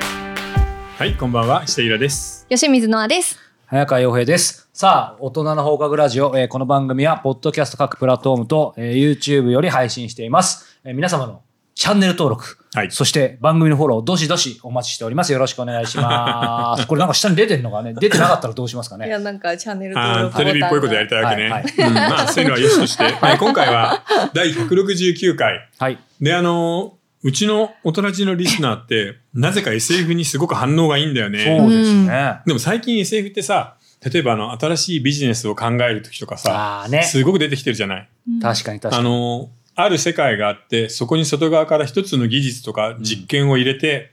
はい、こんばんは、下ゆらです。吉水のあです。早川洋平です。さあ、大人の放課後ラジオ、えーこの番組は、ポッドキャスト各プラットフォームと、えー YouTube より配信しています、えー皆様のチャンネル登録、はいそして番組のフォロー、どしどしお待ちしております。よろしくお願い します。これなんか下に出てるのがね、出てなかったらどうしますかいね。や、なんかチャンネル登あ録ーテレビっぽいことやりたいわけね。はいはいうん、まあ、そういうのはよしと して、はい、今回は第169回。はい。で、あのーうちの大人ちのリスナーって、なぜか SF にすごく反応がいいんだよそね。うですね。でも最近 SF ってさ、例えばあの、新しいビジネスを考えるときとかさ、ああね。すごく出てきてるじゃない。確かに確かあに。のーある世界があって、そこに外側から一つの技術とか実験を入れて、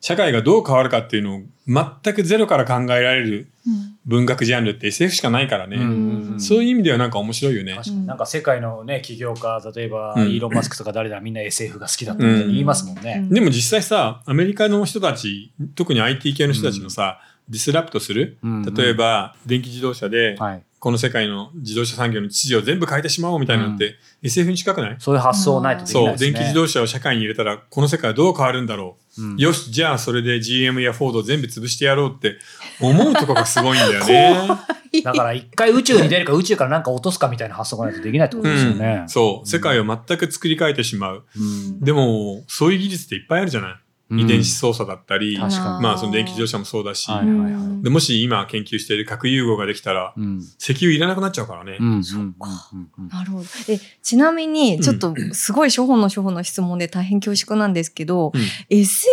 社会がどう変わるかっていうのを全くゼロから考えられる文学ジャンルって SF しかないからね。うんそういう意味ではなんか面白いよね。確かになんか世界のね、起業家、例えば、うんイーロン・マスクとか誰だ、みんな SF が好きだって言いますもんね。でも実際さ、アメリカの人たち、特に IT 系の人たちのさ、ディスラプトする、うんうん例えば電気自動車で、はい。この世界の自動車産業の秩序を全部変えてしまおうみたいなのって、SF に近くないそういう発想ないとできなそ、いうですね。電気自動車を社会に入れたら、この世界はどう変わるんだろう。うんよし、じゃあそれで GM やフォードを全部潰してやろうって思うとこがすごいんだよ ね。だから一回宇宙に出るか宇宙から何か落とすかみたいな発想がないとできないってことですよね。そう、世界を全く作り変えてしまう。うんでも、そういう技術っていっぱいあるじゃない。うん遺伝子操作だったり、確かにまあその電気自動車もそうだし、はいはいはいでもし今研究している核融合ができたら、うん石油いらなくなっちゃうからね。うんそっかうんうんうんなるほど。え、ちなみに、ちょっとすごい初歩の初歩の質問で大変恐縮なんですけど、うん SF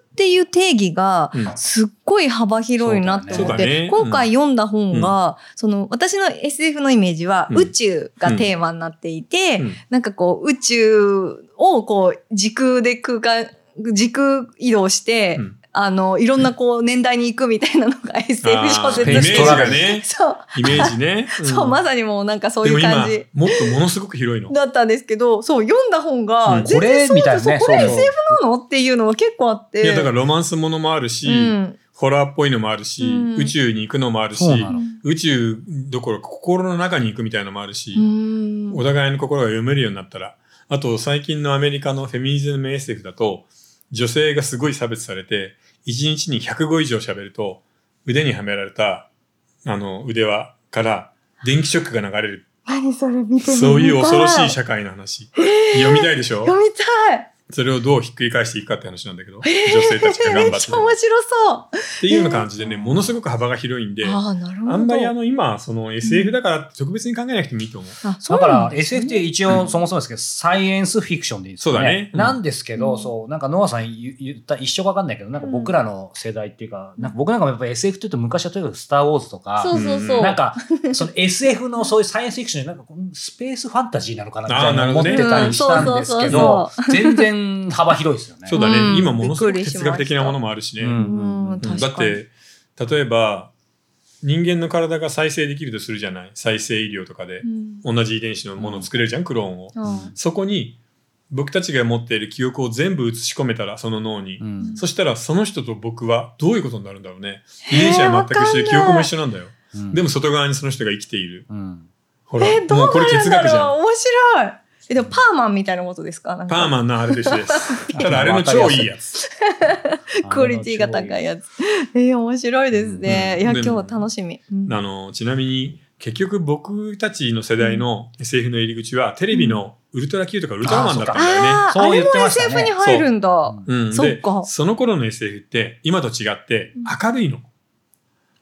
っていう定義がうんすっごい幅広いなって思そっうだて、ね今回読んだ本が、その私の SF のイメージはうん宇宙がテーマになっていて、うんなんかこう宇宙をこう時空で空間、時空移動して、うんあの、いろんなこう年代に行くみたいなのが SF 小あーイ説メーとジして。がね、そう、イメージ ね。そう、まずさにもうなんかそういう感じでも今、もっとものすごく広いの。だったんですけど、そう、読んだ本うがん、こ全然れそうみたいだなそうね。これそうそう SF なのっていうのが結構あって。いや、だからロマンスものもあるし、うん、ホラーっぽいのもあるし、うん宇宙に行くのもあるしそう、なの宇宙どころか心の中に行くみたいのもあるし、うんお互いの心が読めるようになったら、あと最近のアメリカのフェミニズム SF だと、女性がすごい差別されて、1日に100語以上喋ると、腕にはめられた、あの、腕輪から電気ショックが流れる。何それ見てみたそういう恐ろしい読社会の話。読みたいでしょみたい。それをどうひっくり返していくかって話なんだけど、女性たちがめ頑っ張っちゃ面て。白そう。っていうような感じでね、ものすごく幅が広いんで、ああ、なるんまりあの今、その SF だからって特別に考えなくてもいいと思う。あそだうかならんですね SF って一応そもそもですけど、サイエンスフィクションでいいですそようだねうんなんですけうど、んそう、なんかノアさん言言った一生かわかんないけど、なんか僕らの世代っていうか、なんか僕なんかもやっぱ SF って言うと昔はとにかくスター・ウォーズとか、そうそうそう。なんか、その SF のそういうサイエンスフィクションになんかこうスペースファンタジーなのかなみたいあーななるほ思っどねてたりしたんですけど、全然幅広いですよね。そうだね、うん今ものすごくびっくりし哲ました学的なものもあるしね。うんうん、うんうん確だっかに。て例えば人間の体が再生できるとするじゃない再生医療とかでう、ん同じ遺伝子のものを作れるじゃんクローンを、あそこに僕たちが持っている記憶を全部移し込めたらその脳に、うんそしたらその人と僕はどういうことになるんだろうねへー遺伝子は全く一緒わかんなでい記憶も一緒なんだよ、うんでも外側にその人が生きているうんほら、え、どもううこれなる哲んだ学じゃんろう面白い。え、でもパーマンみたいなことですかなんかパーマンのあれでしょです ただあれの超いいやつクオリティが高いやつ。えー、面白いですね。うんいや、で今日は楽しみ。うんあのちなみに結局僕たちの世代の SF の入り口はテレビの「ウルトラ Q」とか「ウルトラマン」だったんだよね。ああ、あそうれ言っもてました SF ねに入るんだ。うん、そっでかその頃の SF って今と違って明るいの。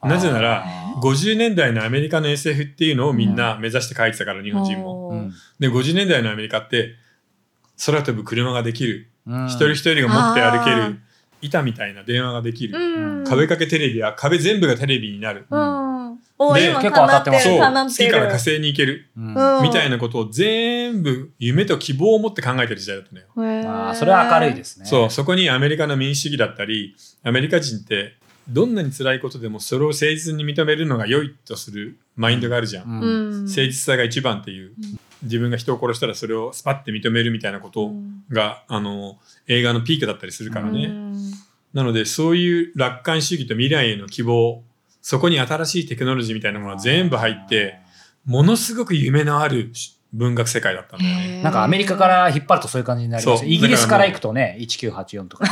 あーなぜならあ50年代のアメリカの SF っていうのをみんな目指して書いてたから日本人も。ーうんで50年代のアメリカって空飛ぶ車ができるうん一人一人が持って歩けあーる板みたいな電話ができうる、ん。壁掛けテレビは壁全部がテレビになる。うん。おーで今結構当たってますそ叶うっ月てるから火星に行けるうんうんみたいなことを全部夢と希望を持って考えてる時代だったのよ。へーまあそれは明るいですね。そう、そこにアメリカの民主主義だったり、アメリカ人ってどんなに辛いことでもそれを誠実に認めるのが良いとするマインドがあるじゃん。うん。うん。誠実さが一番っていう、自分が人を殺したらそれをスパッて認めるみたいなことが、あの、映画のピークだったりするからね。うんなので、そういう楽観主義と未来への希望、そこに新しいテクノロジーみたいなものが全部入って、ものすごく夢のある文学世界だったんだよね。なんかアメリカから引っ張るとそういう感じになりますそねうイギリスから行くとね、1984とかね。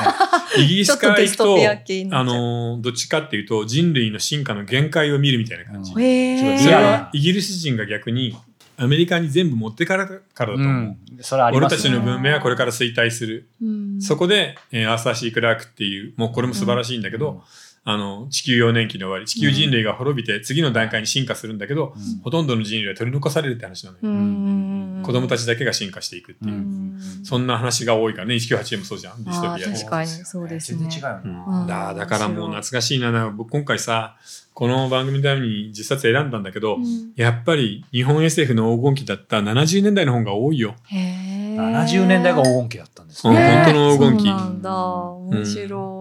イギリちょスっかとらデ行スくトと、ピア系になあっちゃう。のーどっちかっていうと人類の進化の限界を見るみたいな感じ。うんへーそリれアルはなイギリス人が逆にアメリカに全部持ってからからだとう思う。ん。それはあり俺ますたねちの文明はこれから衰退する。うんそこで、えーアーサー・シー・クラークっていう、もうこれも素晴らしいんだけど、あの、地球幼年期の終わり、地球人類が滅びて次の段階に進化するんだけど、うんほとんどの人類は取り残されるって話なのよ。うん子供たちだけが進化していくっていう。うんそんな話が多いからね、1984もそうじゃん、ディストあピアーで確かにそうですね全然違うよねうんだだからもう面白い懐かしいなな僕今回さこの番組のために10冊選んだんだけど、うんやっぱり日本 SF の黄金期だった70年代の本が多いよ、へー70年代が黄金期だったんですうんね本当の黄金期そうなんだ。面白い。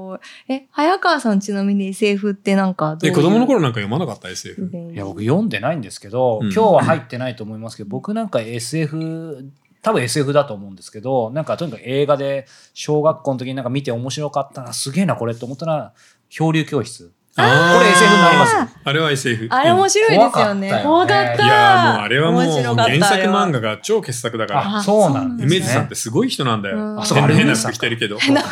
え、早川さんちなみに SF ってなんかどうでいう子供の頃なんか読まなかったう SF んいや僕読んでないんですけど、うん今日は入ってないと思いますけど僕なんか SF 多分 SF だと思うんですけどなんかとにかく映画で小学校の時になんか見て面白かったなすげえなこれって思ったら漂流教室あーこれ SF になりますよあれは SF あれ面白いですよね。怖怖かかっったた。いやーもうあれはもう面白かった原作漫画。画が超傑作だからあそうなんですね梅津さんってすごい人なんだよ、うんあそう変あなれ変梅な津さん服か着てるけど 変なく、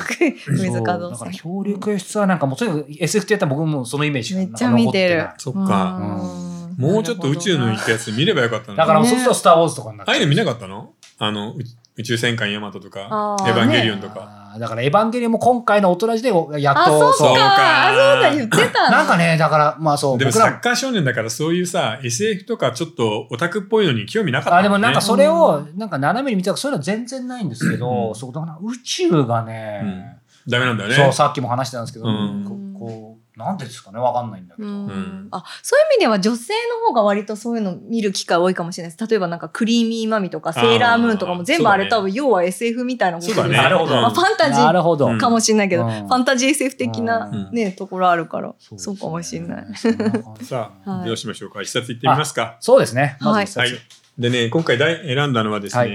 水そう角だかさらん。漂流教室はなんかもうとにかく SF ってやったら僕もそのイメージがめっちゃ見てるなんか残っ。そっかうんもうちょっと宇宙の行くやつ見ればよかったてのないだからもうねそうすると「スター・ウォーズ」とかになっああちゃいううの見なかったのあの、う宇宙戦艦ヤマトとかあ、ーエヴァンゲリオンとか。あーだから「エヴァンゲリオン」も今回の大人時でやっあ、そとうそうかか。あ、そうだ、言ってた。 なんかねだからまあそうでも僕サらもッカー少年だからそういうさ、SF とかちょっとオタクっぽいのに興味なかったあでもなんかねそれをなんか斜めに見たらそういうのは全然ないんですけど、うんそうだから宇宙がね、ダメなんだよね。そうさっきも話してたんですけど、うんここうなんでですかねわかんないんだけうど、んあそういう意味では女性の方が割とそういうの見る機会多いかもしれないです。例えばなんかクリーミーマミとかセーラームーンとかも全部あれあーそうだね多分要は SF みたいなこそとうだね。なるほどうんまあ、ファンタジなーるほど、うんかもしれないけど、うんファンタジー SF 的な、うんねところあるからそそうう,、ですねかもしれない。そんな感じさあ、はいどうしましょうか。一冊いってみますか。そうですねまず一冊、はい。でね、今回だい選んだのはですね、は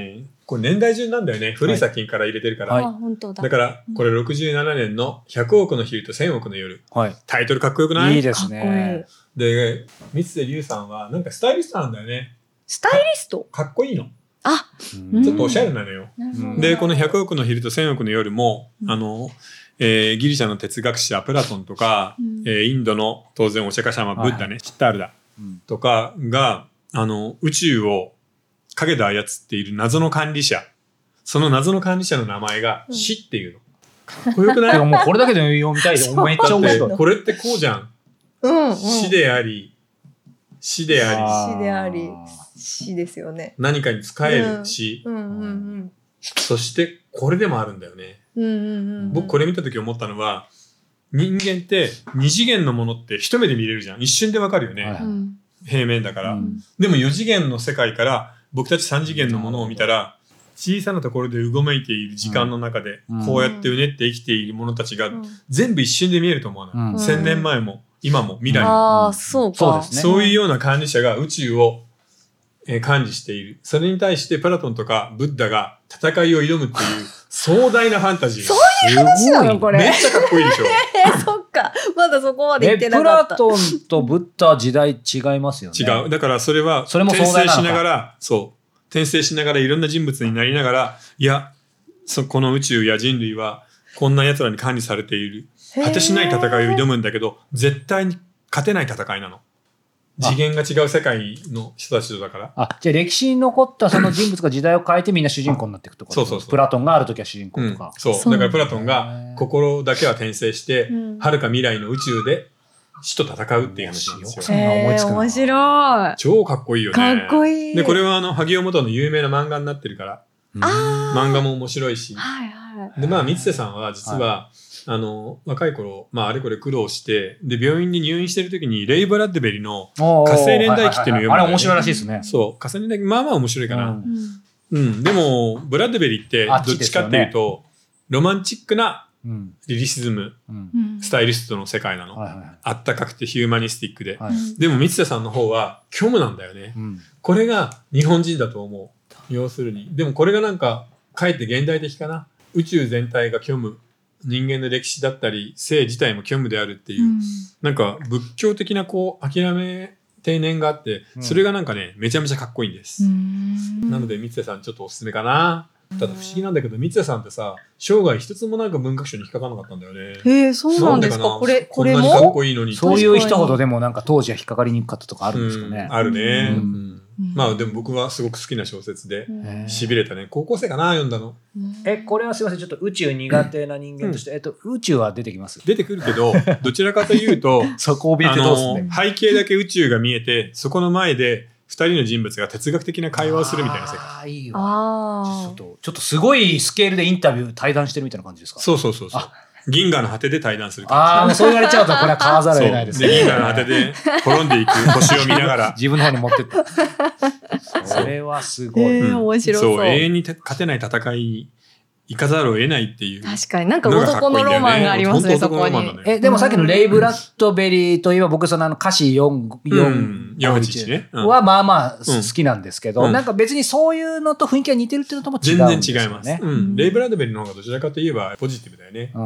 これ年代順なんだよね。古い作品から入れてるから。はいあ本当だだから、これ67年の100億の昼と1000億の夜。タイトルかっこよくないいいでかすっこいい、ねで、三瀬龍さんはなんかスタイリストなんだよね。スタイリストかっこいいの。あうんちょっとおしゃれなのよ。なるほどでこの「100億の昼と1000億の夜も」うんあのえーギリシャの哲学者プラトンとか、うんえーインドの当然お釈迦様ブッダね、チッタールだうんとかがあの宇宙を陰で操っている謎の管理者その謎の管理者の名前が「うん死」っていうの。かっこよくな でいももうこれだけで読みたい でそうめっちゃ面だっ白いてこれってこうじゃん。うん、うん、死であり死でありあー死であり死ですよね何かに使えるし、うんうんうんそしてこれでもあるんだよね。うんうんうん僕これ見た時思ったのは人間って二次元のものって一目で見れるじゃん一瞬でわかるよね、はいうん平面だから、うんでも四次元の世界から僕たち三次元のものを見たら小さなところでうごめいている時間の中で、うんこうやってうねって生きている者たちがうん全部一瞬で見えると思わない、うん千年前も今も未来も、ああそうかそうですねそういうような管理者が宇宙を、えー管理しているそれに対してプラトンとかブッダが戦いを挑むっていう壮大なファンタジーそういう話なのこれめっちゃかっこいいでしょ えーそっかまだそこまで言えってプなかラったトンとブッダは時代違いますよね違う。だからそれは、それも壮転大なの生かしながら、そう。転生しながらいろんな人物になりながら、いや、そこの宇宙や人類は、こんな奴らに管理されている。果てしない戦いを挑むんだけど、絶対に勝てない戦いなの。次元が違う世界の人たちとだから。あじゃあ歴史に残ったその人物が時代を変えてみんな主人公になっていくとかそうそうそうプラトンがある時は主人う公とんか、、そうそうだからプラトンへーが心だけは転生してうんはるか未来の宇宙で死と戦うっていう話なんですそよういうの思いつくなえー面白い超かっこいいよねかっこいいでこれはあの萩尾元の有名な漫画になってるからうんあー漫画も面白いしはいはいでまあ三瀬さんは実は、あの若い頃、まあ、あれこれ苦労してで病院に入院してる時にレイ・ブラッドベリのおー火星連帯機っていうのを読むんだよねはいはいはいあれ面白いらしいですね。そう重ねだけまあまあ面白いかうな、んうんでもブラッドベリってどあっっちですちよかねっていうと、ロマンチックなうんリリシズムうんうんスタイリストの世界なの、はいはいはいあったかくてヒューマニスティックで、はういんでも三瀬さんの方は虚無なんだよねうんこれが日本人だと思う要するにでもこれがなんかかえって現代的かな宇宙全体が虚無人間の歴史だったり性自体も虚無であるっていう、うんなんか仏教的なこう諦め定年があってう、んそれがなんかね、めちゃめちゃかっこいいんです。なので、三谷さんちょっとおすすめかな。ただ不思議なんだけど、三谷さんってさ、生涯一つもなんか文学賞に引っかからなかったんだよね。へえ、そうなんですなか。これ、これんなにかもっこいいのに。そういう人ほどでもなんか当時は引っかかりにくかったとかあるんですかねう。あるね。うんうんまあでも僕はすごく好きな小説で、うんへーしびれたね。高校生かな、読んだの。え、これはすいません、ちょっと宇宙苦手な人間として、えっと、宇宙は出てきます。出てくるけ ど、どちらかというと、そこを怯えあてどうすんねの、背景だけ宇宙が見えて、そこの前で、二人の人物が哲学的な会話をするみたいな世界。ああ、いいわ。ちょあっと、ちょっとすごいスケールでインタビュー、対談してるみたいな感じですかそうそうそうそう。銀河の果てで対談する感ああ、もうそう言われちゃうと、これは買わざじ。るそう。を得ないで、ですね。銀河の果てで転んでい く星を見ながら。 自分の方に持ってった。それはすあ。ごへい。え、うん面白そう。そう、永遠にて勝てない戦いに行かざるを得ないっていう。確かになんか男のロマンがあります本ね、当そこ男のロにマン。だねえ、でもさっきのレイ・ブラッドベリーといえば、僕、そのあの歌詞4、うん4、 481ねうんはまあまあ好きなんですけど、うんなんか別にそういうのと雰囲気が似てるっていうのとも違全うんですよね。然違います。うん。レイ・ブラッドベリーの方がどちらかといえばポジティブだよね。うん。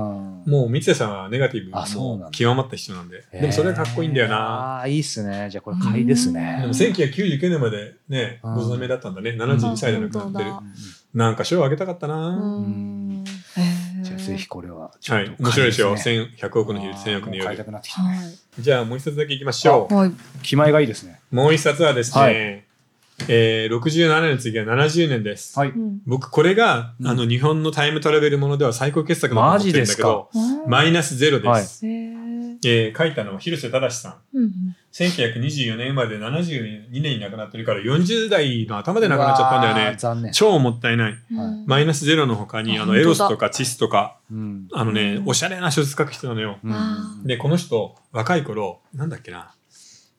もう三谷さんはネガティあブそうなんもだう極まった人なんで。でもそれがかっこいいんだよな。ああー、いいっすね。じゃあこれ買いですでね。も1999年までね、うんご存命だったんだね。72歳で亡くなってるあ。本なんか賞あげたかったな。うんうんじゃあぜへえひこれはちょはっいと買。面白いでしょ。ですね1100億の昼、1000億のあーもう買いた夜。くなってきた。はい。じゃあもう一冊だけいきましょはい。気前がいいですね。う。もう一冊はですね、はえー67年の次は70年です。はい。僕これが、うんあの日本のタイムトラベルものでは最高傑作だと思ってるんだけど、マイナスゼロです。はいへええー書いたのは広瀬忠さん。うん1924年生まれで72年に亡くなってるから40代の頭で亡くなっちゃったんだようわーね。残念。超もったいない。うはいんマイナスゼロの他に、ああの、本当だエロスとかチスとか、うん。あのねう、んおしゃれな小説書く人なのよ。うんあーで、この人、若い頃、なんだっけな、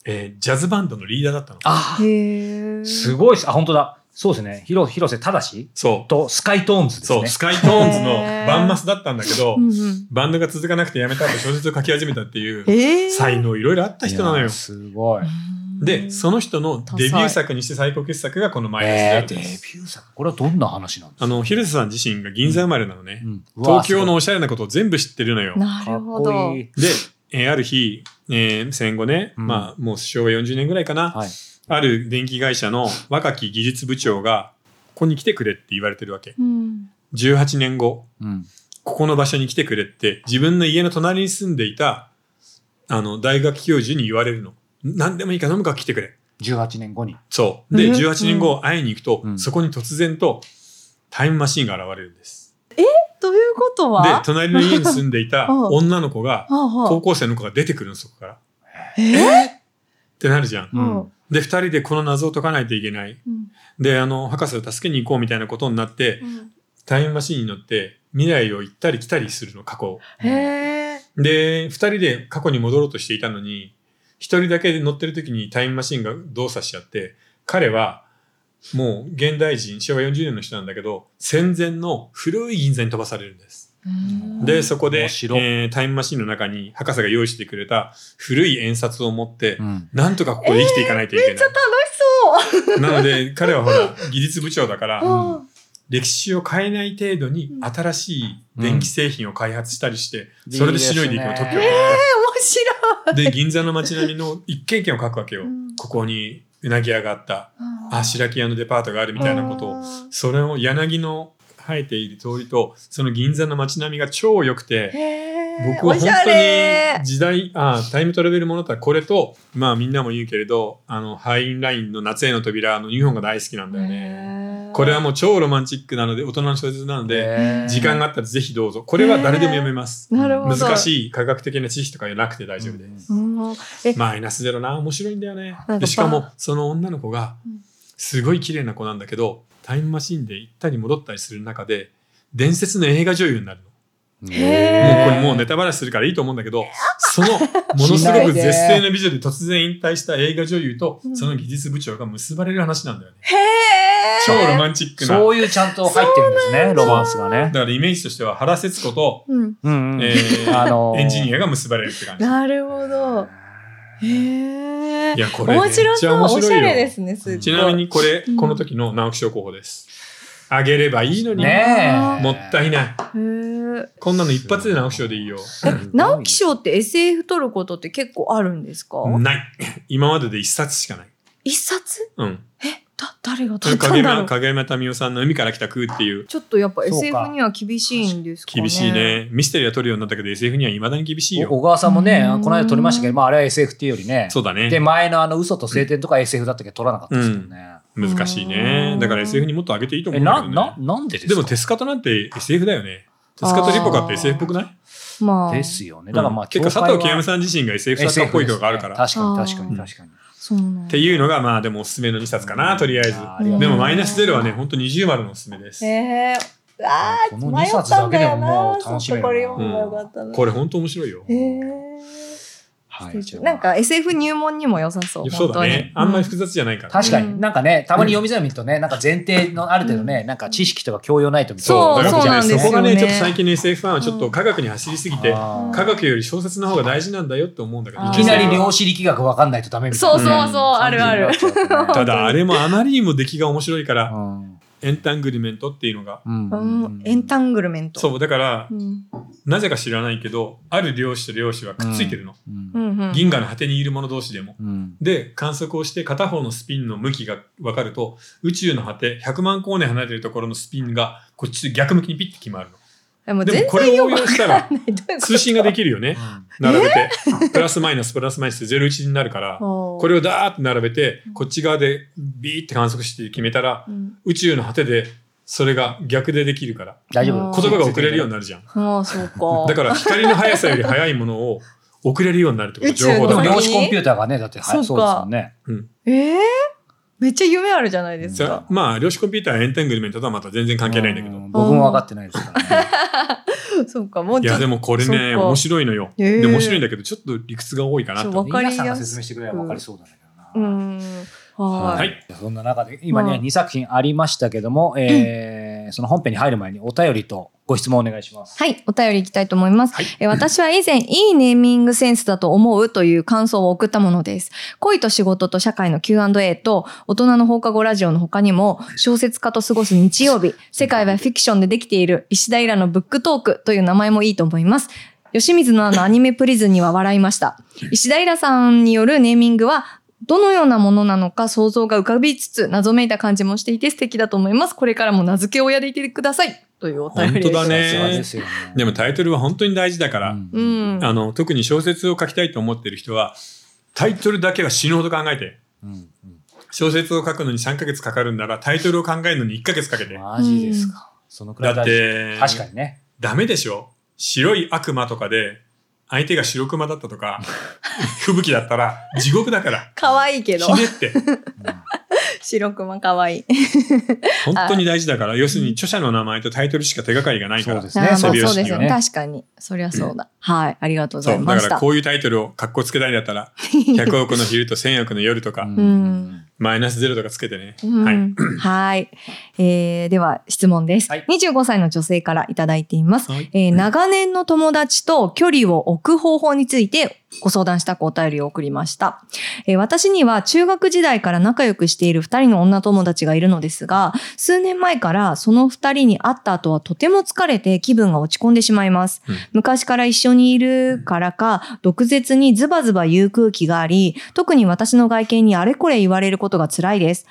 えージャズバンドのリーダーだったの。あーへえ。すごいっす。あ、本当だ。そうですね。広広瀬正そう。とスカイトーンズですそう、ね。スカイトーンズのバンマスだったんだけどう、んうんバンドが続かなくてやめた後、小説を書き始めたっていう、へえ。才能いろいろあった人なのいよや。すごい。で、そのの人のデビュー作にして最高傑作がこのマイナスゼロえーデビです。ュー作。これはどんな話なんですかあの、広瀬さん自身が銀座生まれなのね。うんうわー東京のおしゃれなことを全部知ってるのよ。なすごいるほかっどこい。い。で、えーある日、えー戦後ね、うんまあ、もう昭和40年ぐらいかな、はい。ある電気会社の若き技術部長が、ここに来てくれって言われてるわけ。うん18年後、うん。ここの場所に来てくれって、自分の家の隣に住んでいた、あの、大学教授に言われるの。何でもいいから飲むから来てくれ。 18年後に。そう。で、うん18年後会いに行くと、うんそこに突然とタイムマシーンが現れるんです。ということでは、隣の家に住んでいた うん女の子が、はあはあ高校生の子が出てくるの、そこから。っえてなるじゃん。うんで、二人でこの謎を解かないといけない。うんで、あの、博士を助けに行こうみたいなことになって、うんタイムマシーンに乗って、未来を行ったり来たりするの、過去を。へえ。で、二人で過去に戻ろうとしていたのに、一人だけで乗ってる時にタイムマシーンが動作しちゃって、彼は、もう現代人、昭和40年の人なんだけど、戦前の古い銀座に飛ばされるんです。うんで、そこで、え面白いータイムマシーンの中に博士が用意してくれた古い円札を持って、うん。なんとかここで生きていかないといけない。楽しなので、彼はほら、技術部長だから、そう。歴史を変えない程度にうん新しい電気製品を開発したりして、それでしのいでいくの特許いいをですねえ面白で銀座の街並みの一軒一軒を書くわけよ、うんここにうなぎ屋があったい。あ白木屋のデパートがあるみたいなことをを。それを柳の生えている通りとその銀座の街並みが超良くてへえ。僕は本おしゃ当れに時代あタイムトラベルものとはこれとまあみんなも言うけれどあのハインラインの夏への扉の2本が大好きなんだよねへえこれはもう超ロマンチックなので大人の小説なので時間があったらぜひどうぞこれは誰でも読めますなるほど。難い。しい科学的な知識とかじゃなくて大丈夫ですうん、え、マイナスゼロな面白いんだよねなんかでしかもばその女の子がうんすごい綺麗な子なんだけどタイムマシンで行ったり戻ったりする中で伝説の映画女優になるのもへーうこれもうネタバラシするからいいと思うんだけ どそのものすごく絶世の美女で突然引退した映画女優とうんその技術部長が結ばれる話なんだよねへえ。超ロマンチックなそういうちゃんと入ってるんですね、ロマンスがね。だからイメージとしては原節子とうん。うんうんえーあのーエンジニアが結ばれるって感じなるほど。へえ。いやこれめっ面白ちそゃう。面おしゃ白れいでよすね、すっごいちなみにこれうんこの時の直木賞候補ですあげればいいのに、ねえもったいない。へーこんなの一発で直木賞でいいよ。え直木賞って SF 取ることって結構あるんですかない。今までで一冊しかない。一冊 うん。だ誰が取った影んだろ山う影山民生さんの海から来た空っていうちょっとやっぱそうか SF には厳しいんですかね厳しいね。ミステリーは取るようになったけど SF にはいまだに厳しいおよ。小川さんもねうんこの間撮りましたけど、まあ、あれは SF っていうよりねそうだねで。前のあの嘘と晴天とか SF だったけど撮らなかったですけどね、難しいねう。んだから SF にもっと上げていいと思えうんだけなどなね。なんでですでかもテスカトなんて SF だよね。テスカトリポカっあーて SF っぽくないまあですよねだからまうあ、ん結構佐藤清美んさん自身が SF 作家っぽいとこがあるから。っ確かに確かにあー確かに、そうなんだていうのがまあでもおすすめの2冊かな、とりあえず。ーりがとうでもマイナスゼロはね、ほんと二重丸のおすすめです。へえうわーこの迷二っ冊ただんけだでよももなうそ楽っしめかこるなれ読めばよかったなこれほんと面白いよ。へはいじゃえあなんか SF 入門にも良さそうそうだね。あんまり複雑雑じゃないからね。確かに、うんなんかねたまに読みづらいとねなんか前提のある程度ね、なんか知識とか教養ないとみたいなそう、そうだから僕ねそうなんでそこがね、すよねちょっと最近の SF ファンはちょっと科学に走りすぎて、あー科学より小説の方が大事なんだよって思うんだけどあー、いきなり量子力学わかんないとダメみたいなそうそうそうあるある感じになっちゃうとねただ、あれもあまりにも出来が面白いから、うんエンタングリメントっていうのが。うんエンタングルメントそう、だからう、んなぜか知らないけど、ある量子と量子はくっついてるの。うんうんうん銀河の果てにいる者同士でも。うんで、観測をして片方のスピンの向きが分かると、宇宙の果て、100万光年離れてるところのスピンが、こっち逆向きにピッて決まるの。でもで全も然これを応用したら、ないどういうこと通信ができるよね。並べて。プラスマイナス、プラスマイナス、01になるから、ここれをダーッと並べてん、こっち側でビーって観測して決めたら、うん宇宙の果てで、それが逆でできるから、大丈夫言葉が遅れるよううになるじゃん。ああそうかだから光の速さより速いものを遅れるようになるってこと、宇宙情報のでもだ量子コンピューターがねだってはそうかいそうですよねええめっちゃ夢あるじゃないですそれかはまあ、量子コンピューターはエンタングルメントとはまた全然関係ないんだけうど。僕も分かってないですからね そうかもういちょや、っでともこれそっね、か面白いのよ。へえで、面白いんだけど、ちょっと理屈が多いかなそうと。わかりやすく皆さんが説明してくれれば分かりそうなんだけうどな、んはいはいそんな中で今ね、はい2作品ありましたけども、えーその本編に入る前にお便りとご質問お願いします。はい、お便りいきたいと思います。はいえー私は以前、いいネーミングセンスだと思うという感想を送ったものです。恋と仕事と社会の Q&A と、大人の放課後ラジオの他にも、小説家と過ごす日曜日、世界はフィクションでできている石田イラのブックトークという名前もいいと思います。吉水のあのアニメプリズンには笑いました。石田イラさんによるネーミングは、どのようなものなのか想像が浮かびつつ、謎めいた感じもしていて素敵だと思います。これからも名付け親でいてください。というお便りです。本当だねさすがですよね。でもタイトルは本当に大事だかうら、んうん。あの、特に小説を書きたいと思ってる人は、タイトルだけは死ぬほど考えて、うん小説を書くのに3ヶ月かかるんなら、タイトルを考えるのに1ヶ月かけうんて。マジですか。そのくらいだっ大事て、確かにね。ダメでしょ白い悪魔とかで、相手が白熊だったと か、吹雪だったら、地獄だから。可愛いけどひ、ねって。白熊可愛い。本当に大事だから、要するに著者の名前とタイトルしか手がかりがないから。そうですあねーまあそう背拍子ですよね。にはね確かに。そりゃそうだ。はい。ありがとうござそいだうまかしらた。こういうタイトルをかっこつけたいんだった ら、100億の昼と1000億の夜とか、うんうんマイナスゼロとかつけてね。うんはい。はい。えーでは、質問です、はい25歳の女性からいただいています。はいえー長年の友達と距離を置く方法についてご相談したくお便りを送りました。えー私には中学時代から仲良くしている二人の女友達がいるのですが、数年前からその二人に会った後はとても疲れて気分が落ち込んでしまいます。うん昔から一緒にいるからか、毒舌にズバズバ言う空気があり、特に私の外見にあれこれ言われることが辛いです。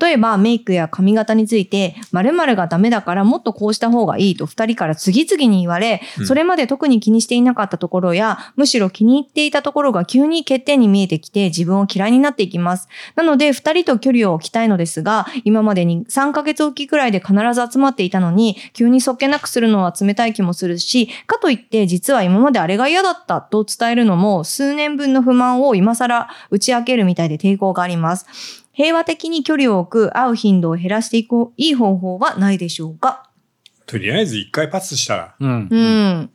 例えばメイクや髪型について、〇〇がダメだからもっとこうした方がいいと二人から次々に言われ、うんそれまで特に気にしていなかったところや、むしろ気に入っていたところが急に欠点に見えてきて自分を嫌いになっていきます。なので二人と距離を置きたいのですが、今までに3ヶ月おきくらいで必ず集まっていたのに、急にそっけなくするのは冷たい気もするし、かといって実は今まであれが嫌だったと伝えるのも数年分の不満を今更打ち明けるみたいで抵抗があります。平和的に距離を置く、会う頻度を減らしていこう、いい方法はないでしょうかとりあえず一回パスしたら。うんう。ん。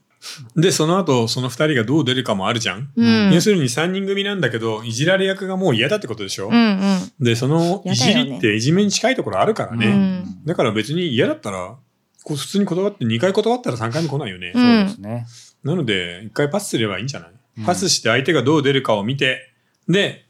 で、その後、その二人がどう出るかもあるじゃん。うん。要するに三人組なんだけど、いじられ役がもう嫌だってことでしょ、うんうん。で、そのいじりっていじめに近いところあるからね。うんだから別に嫌だったら、こう普通に断って2回断ったら3回も来ないよね。うそうんですね。なので、1回パスすればいいんじゃない、うんパスして相手がどう出るかを見て、で、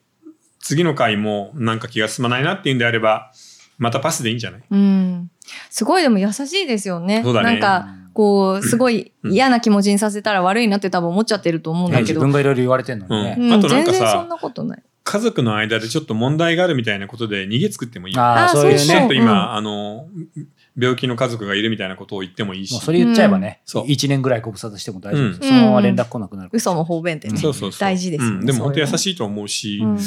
次の回もなんか気が進まないなっていうんであれば、またパスでいいんじゃないうん。すごいでも優しいですよね。そうだねなんか、こう、すごいうん嫌な気持ちにさせたら悪いなって多分思っちゃってると思うんだけ自ど。分がいろいろ言われてんのにね。うんうんあとなん全かさ然そんなことない。家族の間でちょっと問題があるみたいなことで逃げ作ってもいいよ。ああーあ、そういうそちょっねう。とん今、あの、病気の家族がいるみたいなことを言ってもいいしもう。それ言っちゃえばね、うんそう1年ぐらいご無沙汰しても大丈夫です。うんそのまま連絡来なくなる。嘘も方便ってね。そうそうそう大事ですよねうんでも本当優それはしいと思うし、うん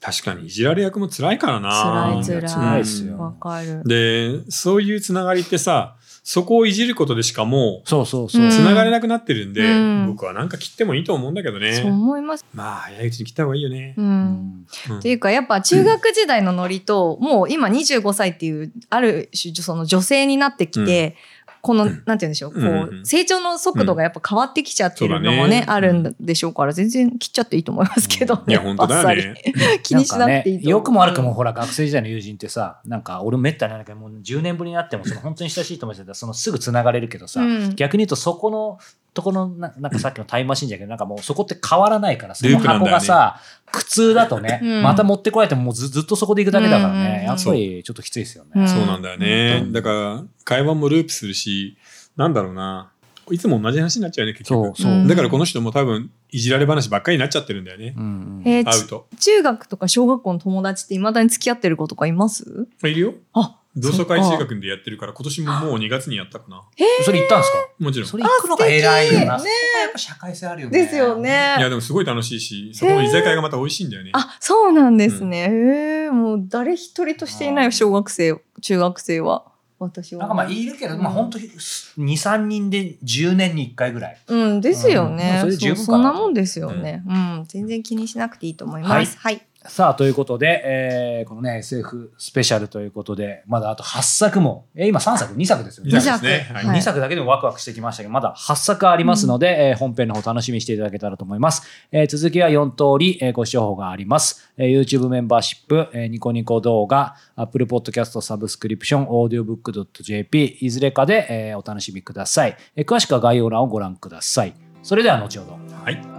確かにいじられ役も辛いからな。辛い辛い辛いっすわよ。かる。で、そういうつながりってさ、そこをいじることでしかもそうそうそう。うう、んつながれなくなってるんで、うん僕はなんか切ってもいいと思うんだけどそうね。思います。まあ、早いうちに切った方がいいよねう。。うんんうんっていうかやっぱ中学時代のノリと、もう今25歳っていうある種その女性になってきて、このなんて言うんでしょうこう、うんうん成長の速度がやっぱ変わってきちゃってるのそもうだね,、ねあるんでしょうから全然切っちゃっていいと思いますけど、いや、本当だバッサよリね。気にしなくていいんかと思うね、良くも悪くもほら学生時代の友人ってさなんか俺めったにないけどもう10年ぶりに会ってもその本当に親しい友達だったらそのすぐつながれるけどさ、うん逆に言うとそこのとこのななんかさっきのタイムマシンじゃけどなんかもうそこって変わらないからそルのープなんだよ箱ねがさ、苦痛だとね、うんまた持ってこられてももうずずっとそこで行くだけだからね、うんやっぱりちょっときついですよね。うんそうなんだよね。うんだから、会話もループするし、なんだろうな。いつも同じ話になっちゃうよね、結そう局。そう、うだからこの人も多分、いじられ話ばっかりになっちゃってるんだよね。うんうんえー会うと。中学とか小学校の友達っていまだに付き合ってる子とかいますいるよ。あ同窓会そっか中学でやってるから、今年ももう2月にやったかな。それ行ったんですかもちろん。それ行くのが偉いよな。素敵そねこがやっぱ社会性あるよね。ですよ。ねいや、でもすごい楽しいし、そこの居酒屋がまた美味しいんだよね。あそうなんですね、えーもう誰一人としていない小学生中学生は私はなんかまあいるけど、まあ本当に二三人で10年に1回ぐらい。うん、ですようんまねあ。それでそ十う分そかんななもんですよね。うん、全然気にしなくていいと思います。はい。さあということで、えーこのね SF スペシャルということでまだあと8作も、えー今3作2作ですよいいね。二で作すね。ははいい。 2作だけでもワクワクしてきましたけど、まだ8作ありますので、えー本編の方楽しみにしていただけたらと思います。えー続きは4通り、えーご視聴があります。えー YouTube メンバーシップ、えーニコニコ動画、Apple Podcast サブスクリプション、audiobook.jp、いずれかで、えーお楽しみください、えー詳しくは概要欄をご覧ください。それでは後ほど。はい